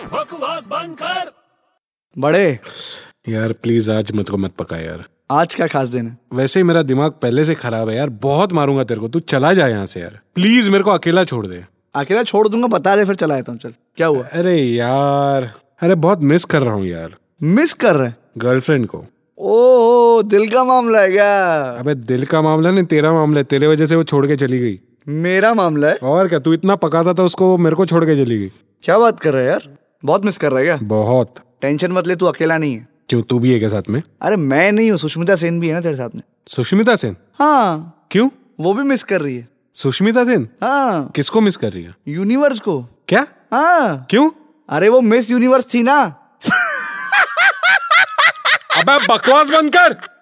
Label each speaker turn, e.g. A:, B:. A: gas बंद कर
B: बड़े
C: यार प्लीज आज मत को मत पका यार
B: आज क्या खास दिन है
C: वैसे ही मेरा दिमाग पहले से खराब है यार बहुत मारूंगा तेरे को तू चला जा यहाँ से यार प्लीज मेरे को अकेला छोड़ दे
B: अकेला छोड़ दूंगा बता रहे फिर चला जाता हूँ चल क्या हुआ
C: अरे यार अरे बहुत मिस कर रहा हूँ यार
B: मिस कर रहे हैं
C: गर्लफ्रेंड को
B: ओ दिल का मामला है क्या
C: अबे दिल का मामला नहीं तेरा मामला है तेरे वजह से वो छोड़ के चली गई
B: मेरा मामला है
C: और क्या तू इतना पकाता था उसको वो मेरे को छोड़ के चली गई
B: क्या बात कर रहा है यार बहुत मिस कर रहा है क्या
C: बहुत
B: टेंशन मत ले तू अकेला नहीं है
C: क्यों तू भी है क्या साथ में
B: अरे मैं नहीं हूँ सुष्मिता सेन भी है ना तेरे साथ में
C: सुष्मिता सेन
B: हाँ
C: क्यों
B: वो भी मिस कर रही है
C: सुष्मिता सेन
B: हाँ
C: किसको मिस कर रही है
B: यूनिवर्स को
C: क्या
B: हाँ
C: क्यों
B: अरे वो मिस यूनिवर्स थी ना
C: अबे बकवास बंद कर